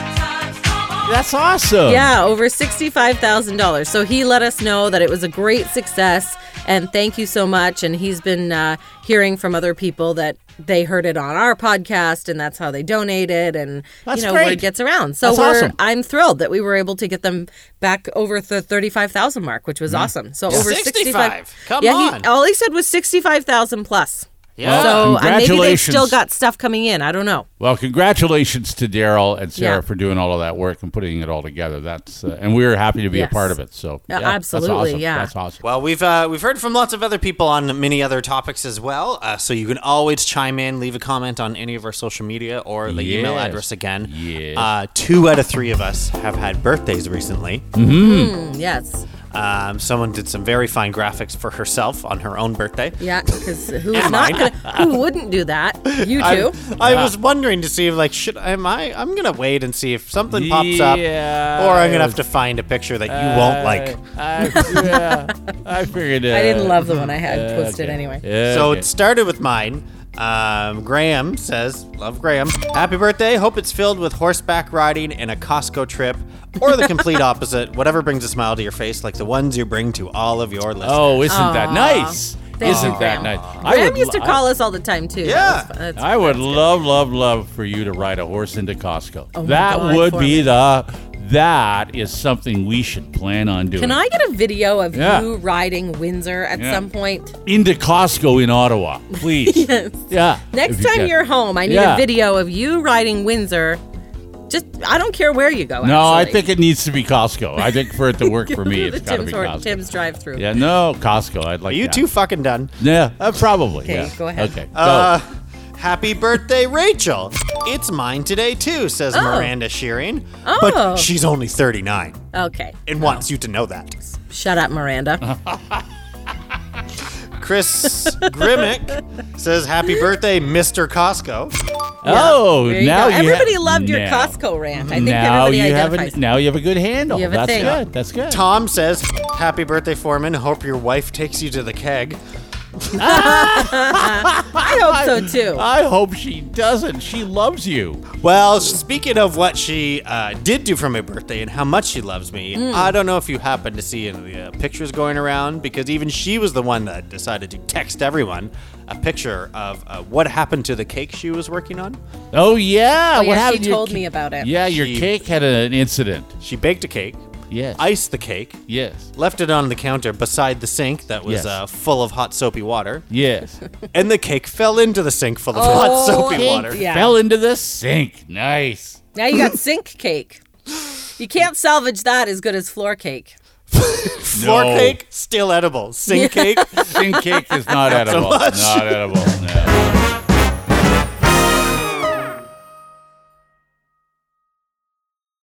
S1: That's awesome.
S3: yeah, over sixty-five thousand dollars. So he let us know that it was a great success, and thank you so much. And he's been uh, hearing from other people that they heard it on our podcast, and that's how they donated, and
S1: That's
S3: you know
S1: great.
S3: word gets around. So
S1: That's
S3: we're
S1: awesome.
S3: I'm thrilled that we were able to get them back over the thirty-five thousand mark, which
S1: Mm-hmm.
S3: was awesome. So over
S2: 65.
S3: sixty-five.
S2: Come
S3: yeah,
S2: on.
S3: He, all he said was sixty-five thousand plus.
S2: Yeah.
S3: So uh, maybe they
S1: Congratulations.
S3: still got stuff coming in. I don't know.
S1: Well, congratulations to Daryl and Sarah
S3: Yeah.
S1: for doing all of that work and putting it all together. That's uh, and we were happy to be
S3: Yes.
S1: a part of it. So
S3: Uh,
S1: yeah, that's
S3: absolutely,
S1: awesome.
S3: yeah.
S1: that's awesome.
S2: Well, we've uh, we've heard from lots of other people on many other topics as well. Uh, so you can always chime in, leave a comment on any of our social media or the email
S1: Yes.
S2: address again.
S1: Yes.
S2: Uh, two out of three of us have had birthdays recently.
S1: Mm.
S3: Mm, Yes.
S2: Um, someone did some very fine graphics for herself on her own birthday.
S3: Yeah, because who's not gonna, who wouldn't do that? You
S2: I,
S3: two.
S2: I was wondering to see if like should am I I'm gonna wait and see if something pops up
S1: Yeah.
S2: or I'm gonna have to find a picture that you won't like.
S1: I, I- yeah, I figured. Uh,
S3: I didn't love the one I had posted
S1: okay.
S3: anyway.
S1: Yeah,
S2: So
S1: okay.
S2: it started with mine. Um, Graham says, Love Graham. Happy birthday. Hope it's filled with horseback riding and a Costco trip or the complete opposite. Whatever brings a smile to your face, like the ones you bring to all of your listeners.
S1: oh, isn't that nice?
S3: Thank
S1: isn't
S3: you,
S1: that
S3: Graham.
S1: nice?
S3: Graham used to
S1: lo-
S3: call us all the time too. That was- that's-
S1: I would love, love, love for you to ride a horse into Costco.
S3: Oh my
S1: that
S3: God,
S1: would
S3: for
S1: be
S3: me.
S1: the. That is something we should plan on doing.
S3: Can I get a video of
S1: Yeah.
S3: you riding Windsor at
S1: Yeah.
S3: some point?
S1: into Costco in Ottawa, please? yes. Yeah.
S3: Next
S1: if you
S3: time
S1: can.
S3: you're home, I need
S1: Yeah.
S3: a video of you riding Windsor. Just I don't care where you go.
S1: No, I
S3: actually.
S1: think it needs to be Costco. I think for it to work for me,
S3: the
S1: it's got to
S3: Tim's,
S1: be
S3: or-
S1: Costco.
S3: Tim's drive-through.
S1: Yeah, no, Costco. I'd like
S2: Are you
S1: that.
S2: too fucking done?
S1: Yeah, uh, probably.
S3: Okay,
S1: yeah.
S3: go ahead.
S1: Okay.
S2: Uh,
S1: so,
S2: happy birthday, Rachel. It's mine today, too, says Miranda Shearing. But
S3: Oh.
S2: she's only 39
S3: Okay.
S2: and
S1: Oh.
S2: wants you to know that.
S3: Shut up,
S1: Uh-huh.
S3: Miranda.
S2: Chris Grimmick says, Happy birthday, Mr. Costco.
S1: oh,
S3: There you
S1: now
S3: go.
S1: you ha-
S3: everybody loved your
S1: now-
S3: Costco rant. I think
S1: Now
S3: everybody
S1: you have
S3: identifies.
S1: a now you have a good handle.
S3: You have a
S1: That's
S3: thing.
S1: good. That's good.
S2: Tom says, Happy birthday, Foreman. Hope your wife takes you to the keg.
S3: I hope so too.
S1: I hope she doesn't. She loves you.
S2: Well, speaking of what she uh, did do for my birthday and how much she loves me,
S1: Hmm.
S2: I don't know if you happened to see any of the uh, pictures going around because even she was the one that decided to text everyone a picture of uh, what happened to the cake she was working on.
S1: Oh yeah.
S3: Oh,
S1: what
S3: yeah, she
S1: happened to your
S3: told
S1: ca-
S3: me about it.
S1: Yeah, your
S2: She-
S1: cake had an incident.
S2: She baked a cake,
S1: Yes.
S2: iced the cake,
S1: yes.
S2: left it on the counter beside the sink that was
S1: Yes.
S2: uh, full of hot soapy water,
S1: Yes.
S2: and the cake fell into the sink full of
S3: Oh,
S2: hot soapy
S3: cake.
S2: water.
S3: Yeah.
S1: Fell into the sink. Nice.
S3: Now you got sink cake. You can't salvage that as good as floor cake.
S2: Floor
S1: No.
S2: cake, still edible. Sink cake,
S1: Sink cake is not edible. Not edible. No.